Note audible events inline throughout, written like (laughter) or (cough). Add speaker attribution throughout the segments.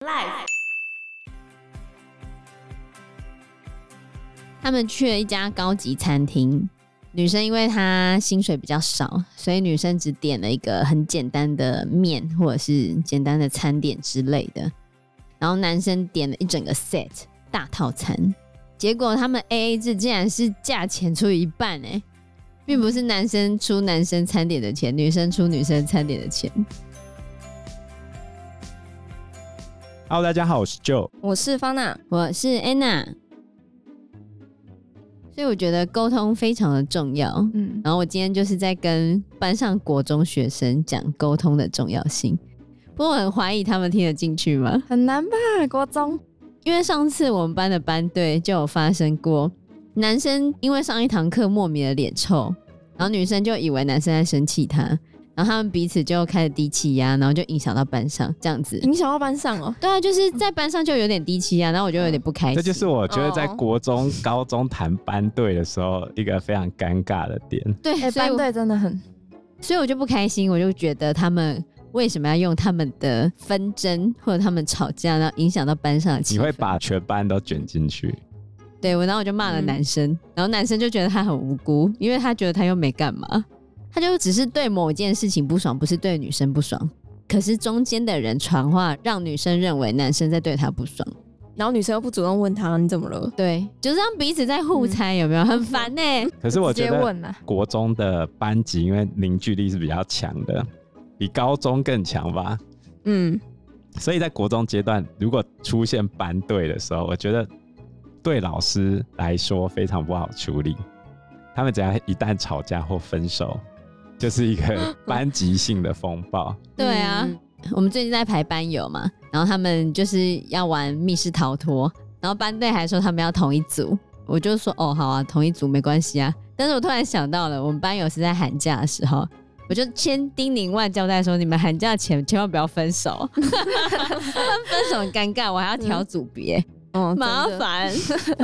Speaker 1: life。
Speaker 2: 他们去了一家高级餐厅，女生因为她薪水比较少，所以女生只点了一个很简单的面或者是简单的餐点之类的，然后男生点了一整个 set 大套餐，结果他们 A A 制竟然是价钱出一半哎、并不是男生出男生餐点的钱，女生出女生餐点的钱。
Speaker 3: Hello，大家好，我是 Joe。
Speaker 4: 我是方娜，
Speaker 2: 我是 Anna，所以我觉得沟通非常的重要。
Speaker 4: 嗯，
Speaker 2: 然后我今天就是在跟班上国中学生讲沟通的重要性。不过我很怀疑他们听得进去吗？
Speaker 4: 很难吧？国中，
Speaker 2: 因为上次我们班的班队就有发生过，男生因为上一堂课莫名的脸臭，然后女生就以为男生在生气他，然后他们彼此就开始低气压，然后就影响到班上这样子。
Speaker 4: 影响到班上哦。
Speaker 2: 对啊，就是在班上就有点低气压，然后我就有点不开心。
Speaker 3: 这就是我觉得在
Speaker 4: 哎哦
Speaker 3: 国中、高中谈班队的时候一个非常尴尬的点。
Speaker 2: 对，
Speaker 4: 哎、
Speaker 2: 所以
Speaker 4: 班
Speaker 2: 我
Speaker 4: 队真的很，
Speaker 2: 所以我就不开心，我就觉得他们为什么要用他们的纷争或者他们吵架，然后影响到班上的气
Speaker 3: 你
Speaker 2: 氛？
Speaker 3: 会把全班都卷进去，
Speaker 2: 对我，然后我就骂了
Speaker 4: 嗯
Speaker 2: 男生，然后男生就觉得他很无辜，因为他觉得他又没干嘛，他就只是对某一件事情不爽，不是对女生不爽。可是中间的人传话，让女生认为男生在对她不爽，
Speaker 3: 嗯
Speaker 4: 然后女生又不主动问他你怎么了，
Speaker 2: 对，就是让彼此在
Speaker 3: 嗯
Speaker 2: 互猜，有没有？很烦呢、欸
Speaker 3: 可是我
Speaker 4: 直
Speaker 3: 觉
Speaker 4: 接
Speaker 3: 得
Speaker 4: 问啊啦。
Speaker 3: 国中的班级因为凝聚力是比较强的，比高中更强吧。
Speaker 4: 嗯，
Speaker 3: 所以在国中阶段，如果出现班队的时候，我觉得对老师来说非常不好处理。他们只要一旦吵架或分手，就是一
Speaker 4: (laughs)
Speaker 3: 个班级性的风暴。
Speaker 2: 对啊，
Speaker 4: 嗯
Speaker 2: 我们最近在排班友嘛，然后他们就是要玩密室逃脱，然后班队还说他们要同一组，我就说哦好啊，同一组没关系啊。但是我突然想到了，我们班友是在寒假的时候，我就千叮咛万交代说，你们寒假前千万不要分手， (laughs) 分手很尴尬，我还要调组别，
Speaker 4: 哦，
Speaker 2: 麻
Speaker 4: 嗯真的。
Speaker 2: 烦。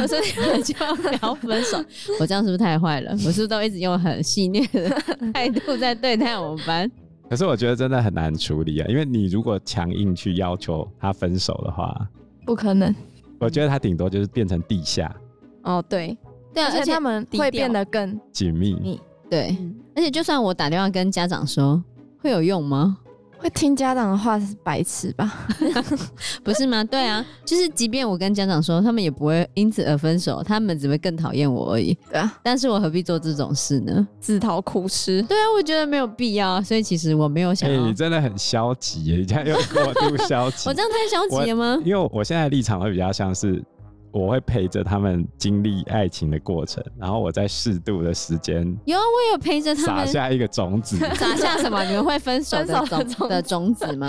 Speaker 2: 我说你们千万不要分手，我这样是不是太坏了？我是不是都一直用很戏谑的态度在对待我们班？
Speaker 3: 可是我觉得真的很难处理啊，因为你如果强硬去要求他分手的话，
Speaker 4: 不可能。
Speaker 3: 我觉得他顶多就是变成地下
Speaker 4: 哦，对，
Speaker 2: 对啊，
Speaker 4: 而且他们
Speaker 2: 低
Speaker 4: 会
Speaker 2: 调
Speaker 4: 变得更，
Speaker 3: 紧密。
Speaker 2: 对。
Speaker 4: 嗯，
Speaker 2: 而且就算我打电话跟家长说，会有用吗？
Speaker 4: 会听家长的话是白痴吧？
Speaker 2: 不是 (laughs) 吗？对啊，就是即便我跟家长说，他们也不会因此而分手，他们只会更讨厌我而已。
Speaker 4: 对啊，
Speaker 2: 但是我何必做这种事呢？
Speaker 4: 自讨苦吃。
Speaker 2: 对啊，我觉得没有必要，所以其实我没有
Speaker 3: 哎、
Speaker 2: 想要。
Speaker 3: 你真的很消极耶，你这样又过度消
Speaker 2: (laughs)
Speaker 3: 极。
Speaker 2: 我这样太消极了吗？
Speaker 3: 因为我现在的立场会比较像是，我会陪着他们经历爱情的过程，然后我在适度的时间
Speaker 2: 有啊，我有陪着他
Speaker 3: 撒
Speaker 2: 们
Speaker 3: 下一个种
Speaker 2: (laughs)
Speaker 3: 子。
Speaker 2: 撒下什么？你们会分手的
Speaker 4: 分手的
Speaker 2: 种的种子吗？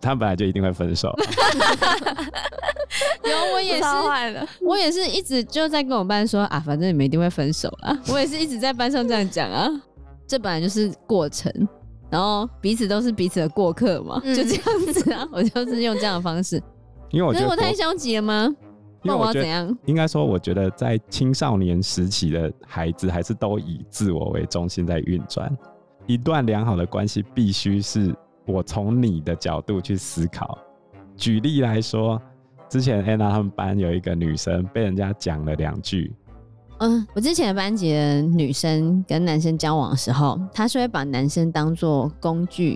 Speaker 3: 他们本来就一定会分手，
Speaker 2: 有，我也是
Speaker 4: 超坏的，
Speaker 2: 我也是一直就在跟我班说啊，反正你们一定会分手啊。我也是一直在班上这样讲啊，这本来就是过程，然后彼此都是彼此的过客嘛，
Speaker 4: 嗯
Speaker 2: 就这样子啊。我就是用这样的方式，
Speaker 3: 因为 (laughs) 我
Speaker 2: 可
Speaker 3: 觉
Speaker 2: 是
Speaker 3: 得
Speaker 2: 我
Speaker 3: 国
Speaker 2: 太消极了吗？
Speaker 3: 因
Speaker 2: 那
Speaker 3: 为
Speaker 2: 我
Speaker 3: 我
Speaker 2: 要
Speaker 3: 觉
Speaker 2: 怎
Speaker 3: 得
Speaker 2: 样？
Speaker 3: 应该说，我觉得在青少年时期的孩子还是都以自我为中心在运转。一段良好的关系必须是我从你的角度去思考。举例来说，之前安娜他们班有一个女生被人家讲了两句，
Speaker 2: 嗯，我之前的班级的女生跟男生交往的时候，她是会把男生当做工具，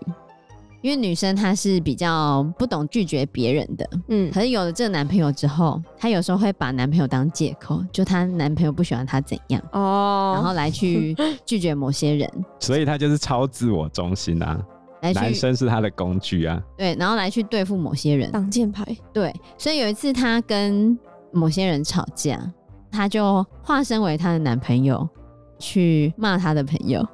Speaker 2: 因为女生她是比较不懂拒绝别人的，
Speaker 4: 嗯，
Speaker 2: 可是有了这个男朋友之后，她有时候会把男朋友当借口，就她男朋友不喜欢她怎样，然
Speaker 4: 哦， (laughs)
Speaker 2: 后来去拒绝某些人，
Speaker 3: 所以她就是超自我中心啊，
Speaker 2: 来
Speaker 3: 男
Speaker 2: 去
Speaker 3: 生是她的工具啊。
Speaker 2: 对，然后来去对付某些人。
Speaker 4: 挡箭牌，
Speaker 2: 对，所以有一次她跟某些人吵架，她就化身为她的男朋友去骂她的朋友，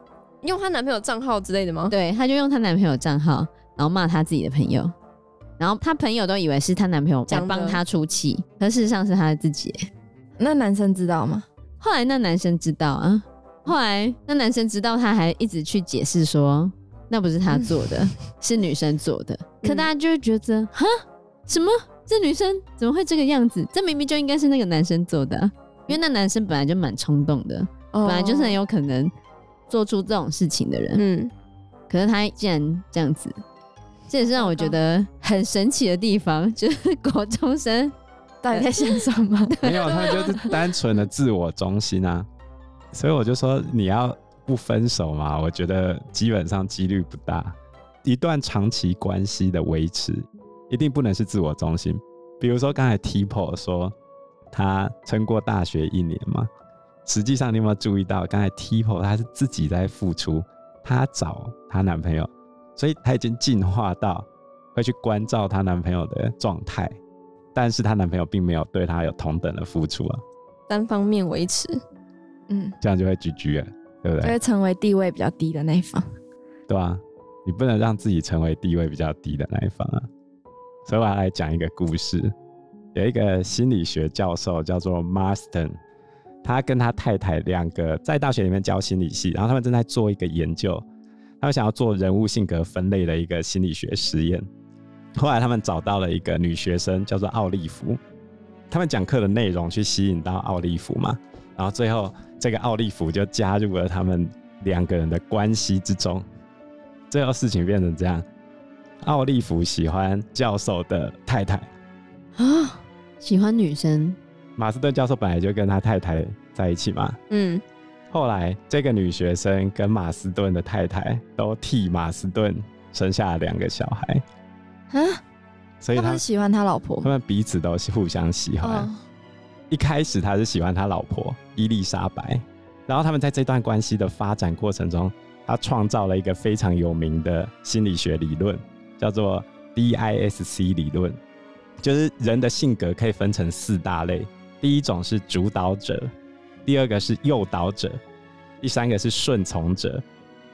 Speaker 4: 用她男朋友账号之类的吗？
Speaker 2: 对，她就用她男朋友账号，然后骂她自己的朋友。然后她朋友都以为是她男朋友在
Speaker 4: 讲的
Speaker 2: 帮她出气，可事实上是她自己。
Speaker 4: 那男生知道吗？
Speaker 2: 后来那男生知道啊，后来那男生知道，他还一直去解释说那不是他做
Speaker 4: (laughs)
Speaker 2: 的，是女生做的。
Speaker 4: 嗯
Speaker 2: 可大家就会觉得哈，什么这女生怎么会这个样子？这明明就应该是那个男生做的啊、因为那男生本来就蛮冲动的，
Speaker 4: 哦
Speaker 2: 本来就是很有可能做出这种事情的人。
Speaker 4: 嗯，
Speaker 2: 可是他竟然这样子，这也是让我觉得很神奇的地方， (laughs) 就是国中生
Speaker 4: 到底在想什么？
Speaker 3: (laughs) 没有，他就是单纯的自我中心啊。所以我就说，你要不分手嘛，我觉得基本上几率不大。一段长期关系的维持，一定不能是自我中心。比如说刚才 Tipo 说他撑过大学一年嘛，实际上你有没有注意到，刚才 Tipo 她是自己在付出，她找她男朋友，所以她已经进化到会去关照她男朋友的状态，但是她男朋友并没有对她有同等的付出啊，
Speaker 4: 单方面维持，嗯，
Speaker 3: 这样就会居居了，对不
Speaker 4: 就
Speaker 3: 对？
Speaker 4: 会成为地位比较低的那一方。
Speaker 3: 对吧、你不能让自己成为地位比较低的那一方啊。所以我要来讲一个故事，有一个心理学教授叫做 Marston，他跟他太太两个在大学里面教心理系，然后他们正在做一个研究，他们想要做人物性格分类的一个心理学实验。后来他们找到了一个女学生，叫做奥利弗。他们讲课的内容去吸引到奥利弗嘛，然后最后这个奥利弗就加入了他们两个人的关系之中。最后事情变成这样：奥利弗喜欢教授的太太，
Speaker 4: 啊，
Speaker 2: 喜欢女生，
Speaker 3: 马斯顿教授本来就跟他太太在一起嘛。
Speaker 4: 嗯，
Speaker 3: 后来这个女学生跟马斯顿的太太都替马斯顿生下了两个小孩，
Speaker 4: 啊，
Speaker 3: 所以
Speaker 4: 他
Speaker 3: 他
Speaker 4: 不是
Speaker 3: 们嗯
Speaker 4: 喜欢他老婆
Speaker 3: 他？们彼此都是互相喜欢。
Speaker 4: 哦，
Speaker 3: 一开始他是喜欢他老婆伊丽莎白，然后他们在这段关系的发展过程中，他创造了一个非常有名的心理学理论，叫做 DISC 理论，就是人的性格可以分成四大类，第一种是主导者，第二个是诱导者，第三个是顺从者，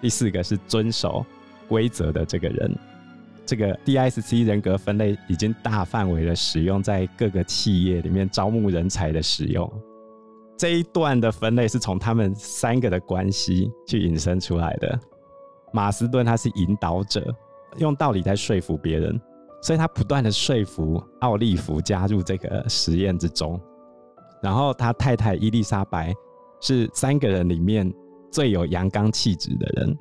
Speaker 3: 第四个是遵守规则的这个人。这个 DISC 人格分类已经大范围的使用在各个企业里面招募人才的使用。这一段的分类是从他们三个的关系去引申出来的。马斯顿他是引导者，用道理在说服别人，所以他不断的说服奥利弗加入这个实验之中。然后他太太伊丽莎白是三个人里面最有阳刚气质的人，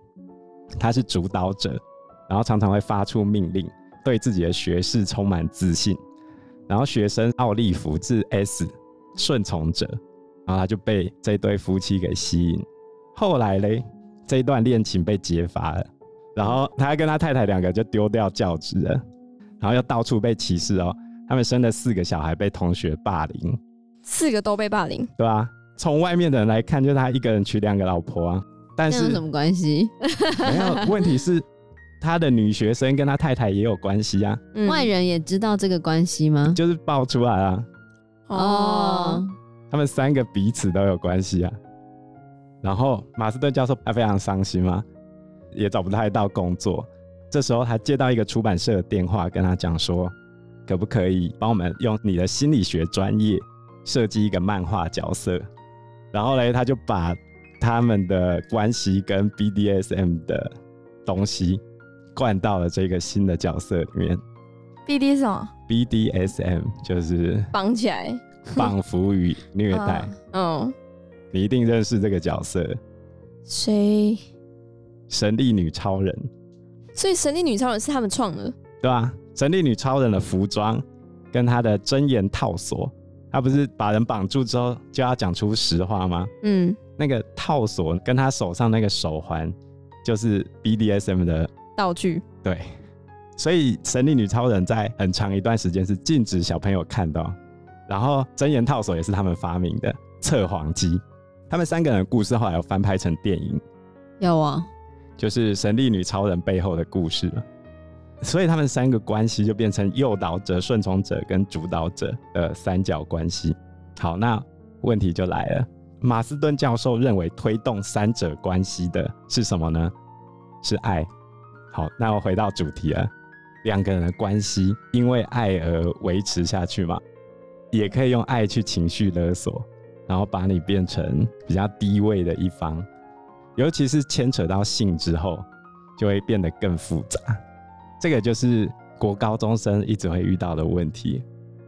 Speaker 3: 她是主导者，然后常常会发出命令，对自己的学士充满自信。然后学生奥利弗是 S 顺从者，然后他就被这对夫妻给吸引。后来嘞，这一段恋情被揭发了，然后他跟他太太两个就丢掉教职了，然后又到处被歧视哦。他们生了四个小孩，被同学霸凌，
Speaker 4: 四个都被霸凌，
Speaker 3: 对吧、从外面的人来看，就是他一个人娶两个老婆啊。但
Speaker 2: 那有
Speaker 3: 是
Speaker 2: 什么关系？
Speaker 3: 没有问题是，他的女学生跟他太太也有关系啊。
Speaker 4: 嗯
Speaker 2: 外人也知道这个关系吗？
Speaker 3: 就是爆出来啊，
Speaker 4: 哦，，
Speaker 3: 他们三个彼此都有关系啊。然后马斯顿教授他非常伤心嘛，也找不太到工作。这时候他接到一个出版社的电话，跟他讲说，可不可以帮我们用你的心理学专业设计一个漫画角色？然后嘞，他就把他们的关系跟 BDSM 的东西灌到了这个新的角色里面。
Speaker 4: B D 是什么？
Speaker 3: BDSM 就是
Speaker 4: 绑起来，
Speaker 3: 仿佛与虐待。
Speaker 4: 嗯，
Speaker 3: 你一定认识这个角色
Speaker 4: 谁？
Speaker 3: ——神力女超人，
Speaker 4: 所以神力女超人是他们创的，
Speaker 3: 对吧、神力女超人的服装跟她的真言套索，她不是把人绑住之后就要讲出实话吗？
Speaker 4: 嗯，
Speaker 3: 那个套索跟她手上那个手环，就是 BDSM 的
Speaker 4: 道具，
Speaker 3: 对。所以神力女超人在很长一段时间是禁止小朋友看到，然后真言套索也是他们发明的测谎机。他们三个人的故事后来有翻拍成电影，
Speaker 2: 有啊、
Speaker 3: 就是神力女超人背后的故事了。所以他们三个关系就变成诱导者、顺从者跟主导者的三角关系。好，那问题就来了，马斯顿教授认为推动三者关系的是什么呢？是爱。好，那我回到主题了，两个人的关系因为爱而维持下去嘛，也可以用爱去情绪勒索，然后把你变成比较低位的一方。尤其是牵扯到性之后，就会变得更复杂。这个就是国高中生一直会遇到的问题。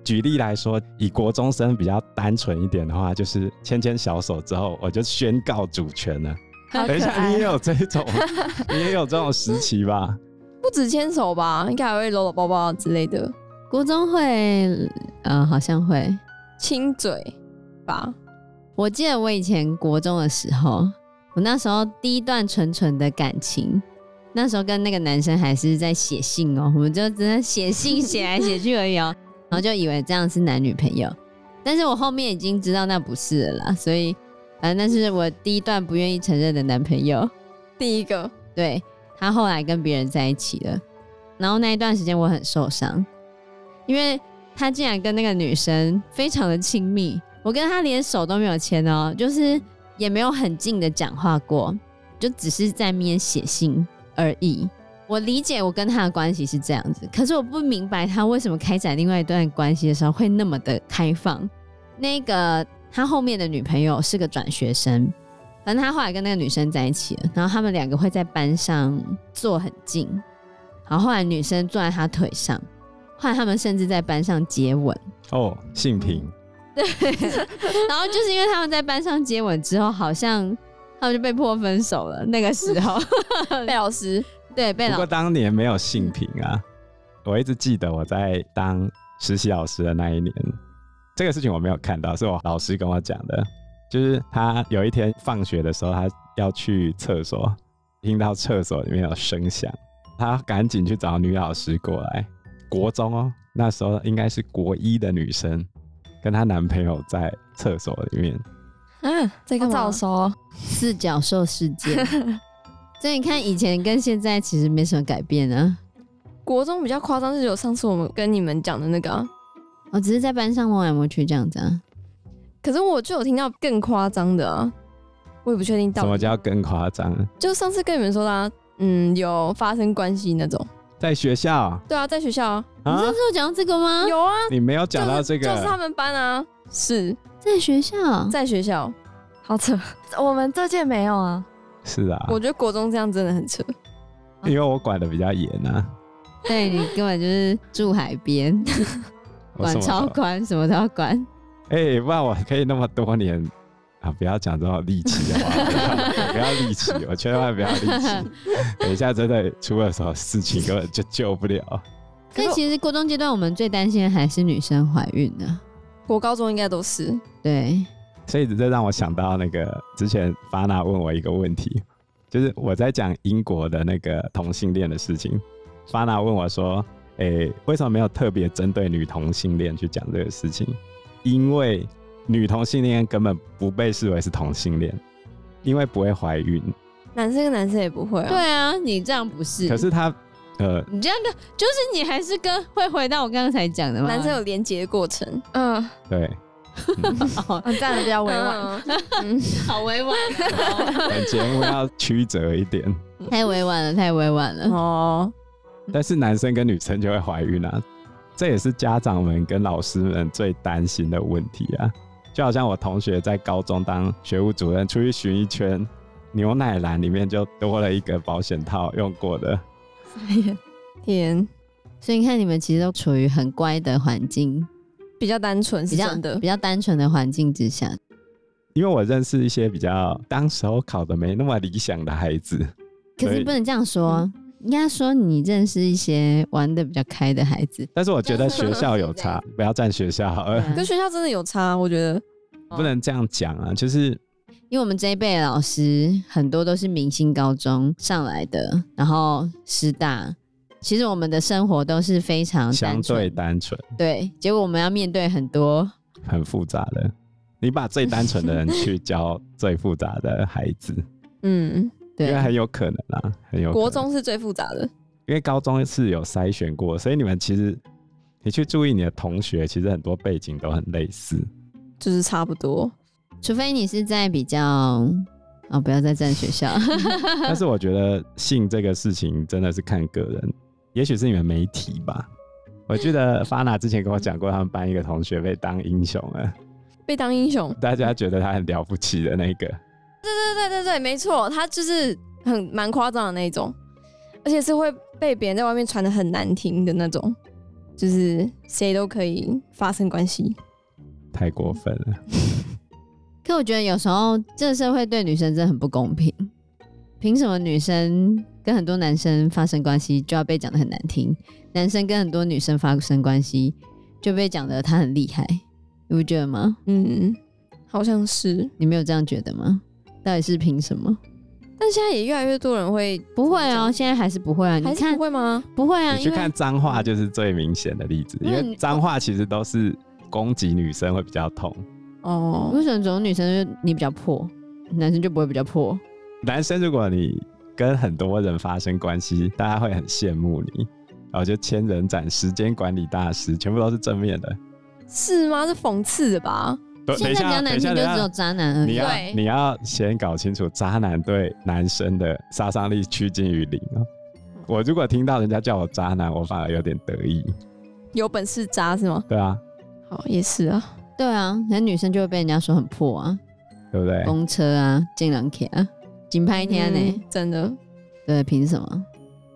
Speaker 3: 举例来说，以国中生比较单纯一点的话，就是牵牵小手之后，我就宣告主权了。
Speaker 4: 好啊
Speaker 3: 等一下，你也有这种，你也有这种时期吧？
Speaker 4: 不不止牵手吧，应该还会搂搂抱抱之类的，
Speaker 2: 国中会，呃，好像会。
Speaker 4: 亲嘴吧。
Speaker 2: 我记得我以前国中的时候，我那时候第一段纯纯的感情，那时候跟那个男生还是在写信哦、我 (laughs) 们就真的写信写来写去而已哦、然后就以为这样是男女朋友，但是我后面已经知道那不是了啦，所以反正那是我第一段不愿意承认的男朋友，
Speaker 4: 第一 (laughs) 个，
Speaker 2: 对他后来跟别人在一起了，然后那一段时间我很受伤，因为他竟然跟那个女生非常的亲密，我跟他连手都没有牵哦，就是也没有很近的讲话过，就只是在面写信而已。我理解我跟他的关系是这样子，可是我不明白他为什么开展另外一段关系的时候会那么的开放。那个他后面的女朋友是个转学生，反正他后来跟那个女生在一起了，然后他们两个会在班上坐很近，然后后来女生坐在他腿上，后来他们甚至在班上接吻。
Speaker 4: (laughs)
Speaker 3: 哦，性平，
Speaker 2: 然后就是因为他们在班上接吻之后，好像他们就被迫分手了。那个时
Speaker 4: (laughs)
Speaker 2: 候，
Speaker 4: 贝老师，
Speaker 2: 对，被
Speaker 3: 不
Speaker 2: 老
Speaker 3: 过当年没有性平啊。我一直记得我在当实习老师的那一年，这个事情我没有看到，是我老师跟我讲的。就是他有一天放学的时候，他要去厕所，听到厕所里面有声响，他赶紧去找女老师过来。国中哦，那时候应该是国一的女生，跟她男朋友在厕所里面。
Speaker 4: 啊，在
Speaker 2: 干嘛
Speaker 4: 早熟，
Speaker 2: 四角兽事
Speaker 4: (laughs)
Speaker 2: 件。所以你看，以前跟现在其实没什么改变啊。
Speaker 4: 国中比较夸张，就是有上次我们跟你们讲的那个、啊，
Speaker 2: 我、哦只是在班上摸来摸去这样子啊。
Speaker 4: 可是我就有听到更夸张的啊，我也不确定到
Speaker 3: 什
Speaker 4: 底
Speaker 3: 么叫更夸张？
Speaker 4: 就上次跟你们说的、啊，嗯，有发生关系那种。
Speaker 3: 在学校
Speaker 4: 对啊，在学校啊，
Speaker 2: 你
Speaker 3: 啊
Speaker 2: 上？次有讲到这个吗？
Speaker 4: 有啊，
Speaker 3: 你没有讲到这个，
Speaker 4: 就是，就是他们班啊，是
Speaker 2: 在学校，
Speaker 4: 在学校。
Speaker 1: 好扯，我们这届没有啊。
Speaker 3: 是啊，
Speaker 4: 我觉得国中这样真的很扯，
Speaker 3: 因为我管的比较严啊，
Speaker 2: 对你根本就是住海
Speaker 3: (laughs)
Speaker 2: 边，
Speaker 3: 我
Speaker 2: 管
Speaker 3: 什么啊
Speaker 2: 超
Speaker 3: 都
Speaker 2: 管，什么都要管。
Speaker 3: 哎、不然我可以那么多年啊！不要讲这种戾气的话， (laughs) 不要戾气，我千万不要戾气。
Speaker 2: (laughs)
Speaker 3: 等一下真的出了什么事情，根本就救不了。
Speaker 2: 所以其实国中阶段，我们最担心的还是女生怀孕的。
Speaker 4: 国高中应该都是。
Speaker 2: 对，
Speaker 3: 所以这让我想到那个之前法娜问我一个问题，就是我在讲英国的那个同性恋的事情，法娜问我说：“诶、为什么没有特别针对女同性恋去讲这个事情？因为女同性恋根本不被视为是同性恋，因为不会怀孕。
Speaker 4: 男生跟男生也不会啊。
Speaker 2: 对，啊，你这样不是？
Speaker 3: 可是她，呃，
Speaker 2: 你这样的就是你还是跟会回到我刚刚才讲的吗？
Speaker 4: 男生有连结的过程，
Speaker 1: 嗯，
Speaker 3: 对，
Speaker 2: 好
Speaker 1: 嗯站的比较委婉。
Speaker 4: 嗯，
Speaker 2: 好委婉，
Speaker 3: 本节目要曲折一点。
Speaker 2: (laughs) 太委婉了，太委婉
Speaker 1: 嗯
Speaker 2: 了。
Speaker 4: 哦，
Speaker 3: 但是男生跟女生就会怀孕啊，这也是家长们跟老师们最担心的问题啊。就好像我同学在高中当学务主任，出去巡一圈，牛奶篮里面就多了一个保险套用过的，
Speaker 4: 天，
Speaker 2: 所以你看，你们其实都处于很乖的环境，
Speaker 4: 比较单纯
Speaker 2: 比
Speaker 4: 是
Speaker 2: 较
Speaker 4: 真的
Speaker 2: 比。较单纯的环境之下，
Speaker 3: 因为我认识一些比较当时候考的没那么理想的孩子，
Speaker 2: 可
Speaker 3: 所
Speaker 2: 是
Speaker 3: 以
Speaker 2: 不能这样说。应该说你认识一些玩的比较开的孩子，
Speaker 3: 但是我觉得学校有差，不要站学校，呃，
Speaker 4: 跟学校真的有差，我觉得。
Speaker 3: (laughs) 不能这样讲啊，就是
Speaker 2: 因为我们这一辈的老师很多都是明星高中上来的，然后师大，其实我们的生活都是非常
Speaker 3: 相
Speaker 2: 单纯
Speaker 3: 对单纯，
Speaker 2: 对，结果我们要面对很多
Speaker 3: 很复杂的。你把最单纯的人去教最复杂的孩子，
Speaker 4: 嗯，
Speaker 3: 因
Speaker 2: 对
Speaker 3: 为很有可能啊，很有可能
Speaker 4: 国，中是最复杂的。
Speaker 3: 因为高中是有筛选过，所以你们其实你去注意你的同学，其实很多背景都很
Speaker 2: (laughs)
Speaker 3: 类似。
Speaker 4: 就是差不多，
Speaker 2: 除非你是在比较哦，不要再占学校，
Speaker 3: 但是我觉得性这个事情真的是看个人，也许是你们媒体吧。我记得 Fana 之前跟我讲过，他们班一个同学被当英雄了， (laughs)
Speaker 4: 被当英雄。
Speaker 3: 大家觉得他很了不起的那个，
Speaker 4: 对对对对，没错，他就是很蛮夸张的那一种，而且是会被别人在外面传的很难听的那种，就是谁都可以发生关系。
Speaker 3: 太过分了。
Speaker 2: (laughs) 可我觉得有时候这个社会对女生真的很不公平，凭什么女生跟很多男生发生关系就要被讲的很难听，男生跟很多女生发生关系就被讲的他很厉害，你不觉得吗？
Speaker 4: 嗯，好像是。
Speaker 2: 你没有这样觉得吗？到底是凭什么？
Speaker 4: 但现在也越来越多人会，
Speaker 2: 不会啊，现在还是不会啊。你
Speaker 4: 还是
Speaker 2: 看
Speaker 4: 不会吗？
Speaker 2: 不会啊，
Speaker 3: 你去
Speaker 2: 因为嗯
Speaker 3: 看脏话就是最明显的例子，因
Speaker 2: 因为
Speaker 3: 为
Speaker 2: 你
Speaker 3: 脏话其实都是攻击女生会比较痛，
Speaker 4: 哦，
Speaker 2: 为什么总女生就你比较破，男生就不会比较破？
Speaker 3: 男生如果你跟很多人发生关系，大家会很羡慕你。然后就千人斩、时间管理大师，全部都是正面的。
Speaker 4: 是吗？是讽刺的吧？
Speaker 3: 等呃等
Speaker 2: 现
Speaker 3: 一
Speaker 2: 在比较
Speaker 3: 下，等
Speaker 2: 难听
Speaker 3: 一下，
Speaker 2: 就
Speaker 3: 等一
Speaker 2: 只有
Speaker 3: 下，
Speaker 2: 渣男而
Speaker 3: 你
Speaker 2: 已。
Speaker 3: 要
Speaker 4: 对
Speaker 3: 你要先搞清楚渣男对男生的杀伤力趋近于零哦。我如果听到人家叫我渣男，我反而有点得意，
Speaker 4: 有本事渣是吗？
Speaker 3: 对啊，
Speaker 4: 好，也是啊。
Speaker 2: 对啊，那女生就会被人家说很破啊，
Speaker 3: 对不对？
Speaker 2: 公车啊，进狼铁啊，紧拍天呢、
Speaker 4: 嗯真的。
Speaker 2: 对，凭什么？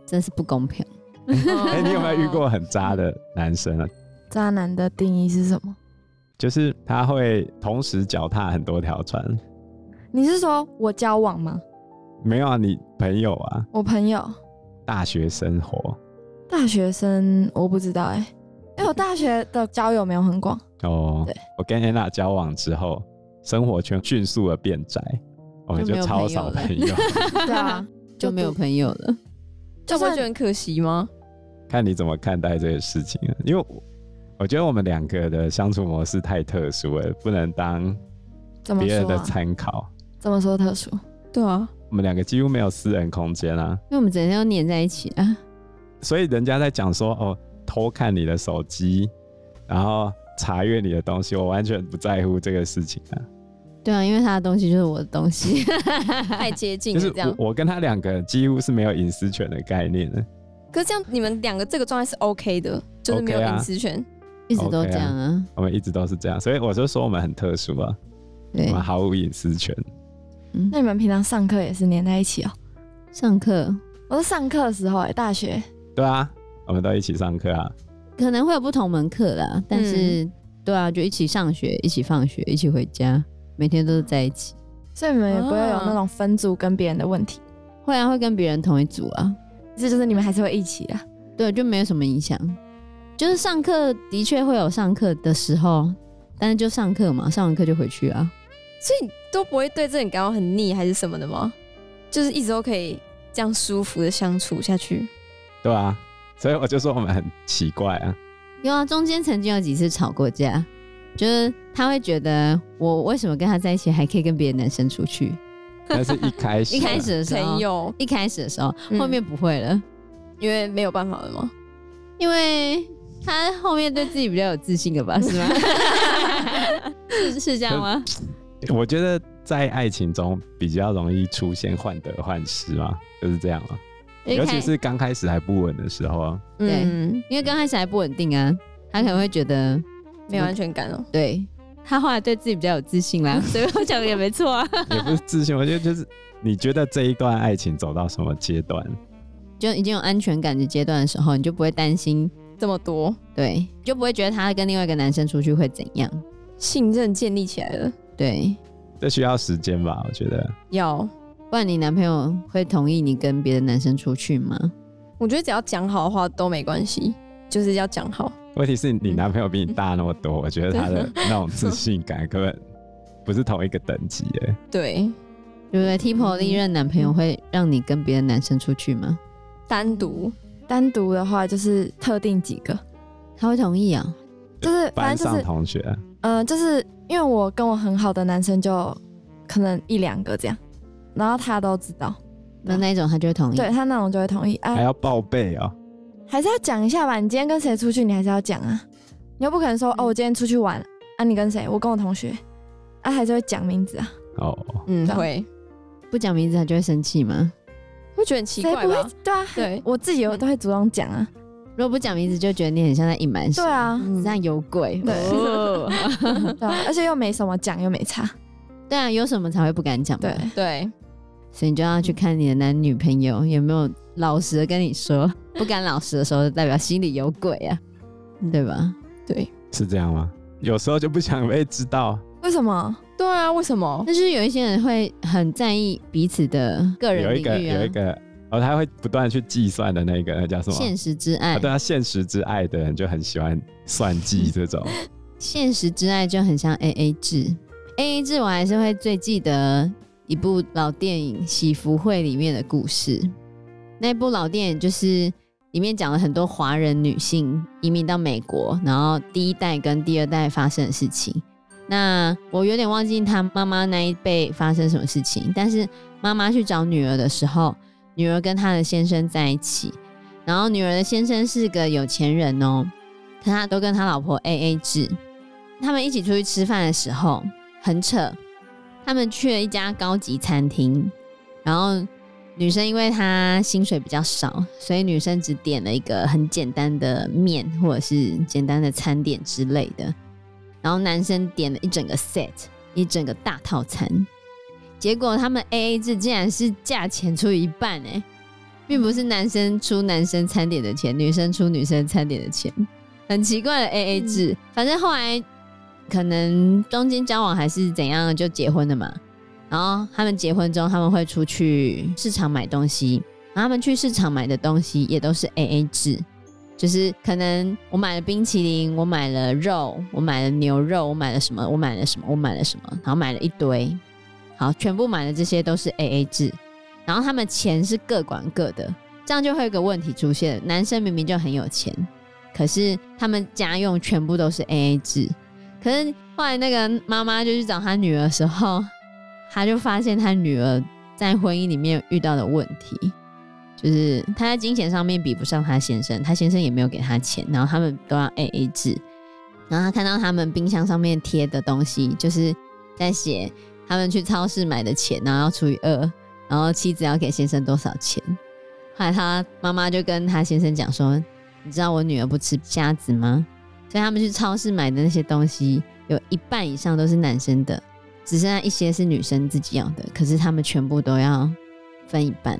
Speaker 2: 真是不公平。
Speaker 3: 哎、你有没有遇过很渣的男生啊？
Speaker 1: 渣男的定义是什么？
Speaker 3: 就是他会同时脚踏很多条船。
Speaker 1: 你是说我交往吗？
Speaker 3: 没有啊，你朋友啊，
Speaker 1: 我朋友
Speaker 3: 大学生活
Speaker 1: 大学生，我不知道哎、因为我大学的交友没有很广，
Speaker 3: 哦
Speaker 1: 对。
Speaker 3: 我跟 Anna 交往之后，生活圈迅速的变窄，我们
Speaker 2: 就
Speaker 3: 就
Speaker 2: 没有
Speaker 3: 超少
Speaker 2: 朋
Speaker 3: 朋友。
Speaker 1: 对啊，
Speaker 2: 就没有
Speaker 1: 读
Speaker 2: 朋友了。
Speaker 4: 这不会
Speaker 1: 就算
Speaker 4: 觉得很可惜吗？
Speaker 3: 看你怎么看待这个事情啊，因为我我觉得我们两个的相处模式太特殊了，不能当
Speaker 1: 怎么
Speaker 3: 别人
Speaker 1: 说、
Speaker 3: 的
Speaker 1: 啊？
Speaker 3: 参考。
Speaker 1: 怎么说特殊？
Speaker 4: 对啊，
Speaker 3: 我们两个几乎没有私人空间啊，
Speaker 2: 因为我们整天都黏在一起啊，
Speaker 3: 所以人家在讲说哦，偷看你的手机，然后查阅你的东西，我完全不在乎这个事情啊。
Speaker 2: 对啊，因为他的东西就是我的东西， (laughs)
Speaker 4: 太接近
Speaker 3: 就
Speaker 4: 了
Speaker 3: 是
Speaker 4: 这样。
Speaker 3: 我我跟他两个人几乎是没有隐私权的概念的。
Speaker 4: 可是这样你们两个这个状态是 OK 的，就是没有
Speaker 3: OK 啊
Speaker 4: 隐私权。
Speaker 2: 一直都这样啊。
Speaker 3: 我们一直都是这样，所以我就说我们很特殊啊，我
Speaker 2: 对嗯
Speaker 3: 们，毫无隐私权。
Speaker 1: 那你们平常上课也是黏在一起哦、
Speaker 2: 上课
Speaker 1: 我是上课的时候哎、大学
Speaker 3: 对啊，我们都一起上课啊，
Speaker 2: 可能会有不同门课啦，但是、对啊，就一起上学，一起放学，一起回家，每天都是在一起。
Speaker 1: 所以你们也不会有
Speaker 4: 啊
Speaker 1: 那种分组跟别人的问题，
Speaker 2: 会啊，会跟别人同一组啊，
Speaker 1: 这就是你们还是会一起啊。
Speaker 2: 对，就没有什么影响。就是上课的确会有上课的时候，但是就上课嘛，上完课就回去啊。
Speaker 4: 所以你都不会对这种感到很腻还是什么的吗？就是一直都可以这样舒服的相处下去。
Speaker 3: 对啊，所以我就说我们很奇怪
Speaker 2: (laughs)
Speaker 3: 啊。
Speaker 2: 有啊，中间曾经有几次吵过架，就是他会觉得我为什么跟他在一起还可以跟别的男生出去？
Speaker 3: 但是一开始啊，
Speaker 2: 一开始的
Speaker 1: 哦
Speaker 2: 时候
Speaker 4: 朋，友，
Speaker 2: 一开始的时候，
Speaker 4: 嗯
Speaker 2: 后面不会了，
Speaker 4: 因为没有办法了吗？
Speaker 2: 因为他后面对自己比较有自信了吧？是吗？是是这样吗？
Speaker 3: 我觉得在爱情中比较容易出现患得患失嘛，就是这样嘛。啊尤
Speaker 2: 一
Speaker 3: 其
Speaker 2: 开
Speaker 3: 是刚开始还不稳的时候
Speaker 2: (laughs)
Speaker 3: 啊，
Speaker 2: 对
Speaker 4: 嗯，
Speaker 2: 因为刚开始还不稳定啊，他可能会觉得
Speaker 4: 没有安全感哦。
Speaker 2: 对。他后来对自己比较有自信啦，所以我讲的也没错啊。
Speaker 3: 也不是自信，我觉得就是你觉得这一段爱情走到什么阶段？
Speaker 2: (laughs) 就已经有安全感的阶段的时候，你就不会担心，
Speaker 4: 这么多
Speaker 2: 对，你就不会觉得他跟另外一个男生出去会怎样，
Speaker 4: 信任建立起来了，
Speaker 2: 对。
Speaker 3: 这需要时间吧，我觉得。
Speaker 4: 要
Speaker 2: 不然你男朋友会同意你跟别的男生出去吗？
Speaker 4: 我觉得只要讲好的话都没关系，就是要讲好。
Speaker 3: 问题是你
Speaker 4: 嗯
Speaker 3: 男朋友比你大那么
Speaker 2: (laughs)
Speaker 3: 多，我觉得他的那种自信感根本不是同一个等级
Speaker 2: (laughs)
Speaker 3: 耶。
Speaker 4: 对，
Speaker 2: 对不对？Tipo 另一任男朋友会让你跟别的男生出去吗？
Speaker 4: 单独
Speaker 1: 单独的话就是特定几个，
Speaker 2: 他会同意啊？
Speaker 1: 就是
Speaker 3: 班
Speaker 1: 反正就
Speaker 3: 上
Speaker 1: 是
Speaker 3: 同学，啊
Speaker 1: 嗯、呃就是因为我跟我很好的男生就可能一两个这样，然后他都知道，
Speaker 2: 那那一种他就会同意。
Speaker 1: 对，他那种就会同意。哎、
Speaker 3: 还要报备哦、
Speaker 1: 还是要讲一下吧，你今天跟谁出去，你还是要讲啊，你又不可能说哦，我今天出去玩啊，你跟谁？我跟我同学，啊，还是会讲名字啊，
Speaker 3: 哦，
Speaker 4: 嗯
Speaker 1: 这样
Speaker 4: 会，
Speaker 2: 不讲名字他就会生气吗？
Speaker 4: 会觉得很奇
Speaker 1: 谁
Speaker 4: 怪
Speaker 1: 不会
Speaker 4: 吧？？
Speaker 1: 对啊，
Speaker 4: 对
Speaker 1: 我自己我都会主动讲啊，
Speaker 2: 如果不讲名字，就觉得你很像在隐瞒什
Speaker 1: 对
Speaker 2: 么，嗯
Speaker 1: 啊，
Speaker 2: 很像有鬼。
Speaker 1: 对
Speaker 2: 哦
Speaker 1: 对啊，而且又没什么讲，又没差，
Speaker 2: 对啊，有什么才会不敢讲？
Speaker 1: 对，，
Speaker 4: 对，
Speaker 2: 所以你就要去看你的男女朋友有没有老实的跟你说，不敢老实的时候，就代表心里有鬼啊，对吧？
Speaker 3: 是这样吗？有时候就不想被知道，
Speaker 1: 为什么？
Speaker 4: 对啊，为什么？
Speaker 2: 但是有一些人会很在意彼此的个
Speaker 3: 有
Speaker 2: 人
Speaker 3: 一
Speaker 2: 领
Speaker 3: 个
Speaker 2: 域
Speaker 3: 有一
Speaker 2: 啊，
Speaker 3: 个然后他会不断地去计算的那个那叫什么？
Speaker 2: 现实之爱
Speaker 3: 啊，，对他现实之爱的人就很喜欢算计
Speaker 2: (laughs)
Speaker 3: 这种，
Speaker 2: 现实之爱就很像 A A 制，A A 制我还是会最记得一部老电影《喜福会》里面的故事。那部老电影就是里面讲了很多华人女性移民到美国，然后第一代跟第二代发生的事情。那我有点忘记她妈妈那一辈发生什么事情，但是妈妈去找女儿的时候，女儿跟她的先生在一起，然后女儿的先生是个有钱人哦，可他都跟他老婆 A A 制。他们一起出去吃饭的时候很扯，他们去了一家高级餐厅，然后女生因为她薪水比较少，所以女生只点了一个很简单的面或者是简单的餐点之类的，然后男生点了一整个 set 一整个大套餐，结果他们 A A 制竟然是价钱出一半哎、并不是男生出男生餐点的钱，女生出女生餐点的钱，很奇怪的 A A 制。反正后来可能中间交往还是怎样，就结婚了嘛。然后他们结婚中，他们会出去市场买东西，然后他们去市场买的东西也都是 A A 制，就是可能我买了冰淇淋，我买了肉，我买了牛肉，我买了什么，我买了什么，我买了什么，然后买了一堆，好，全部买的这些都是 A A 制。然后他们钱是各管各的，这样就会有个问题出现：男生明明就很有钱，可是他们家用全部都是 A A 制。可是后来那个妈妈就去找她女儿的时候，她就发现她女儿在婚姻里面遇到的问题，就是她在金钱上面比不上她先生，她先生也没有给她钱，然后他们都要 A A 制。然后她看到他们冰箱上面贴的东西，就是在写他们去超市买的钱，然后要除以二，然后妻子要给先生多少钱。后来他妈妈就跟他先生讲说：“你知道我女儿不吃虾子吗？所以他们去超市买的那些东西，有一半以上都是男生的，只剩下一些是女生自己要的。可是他们全部都要分一半。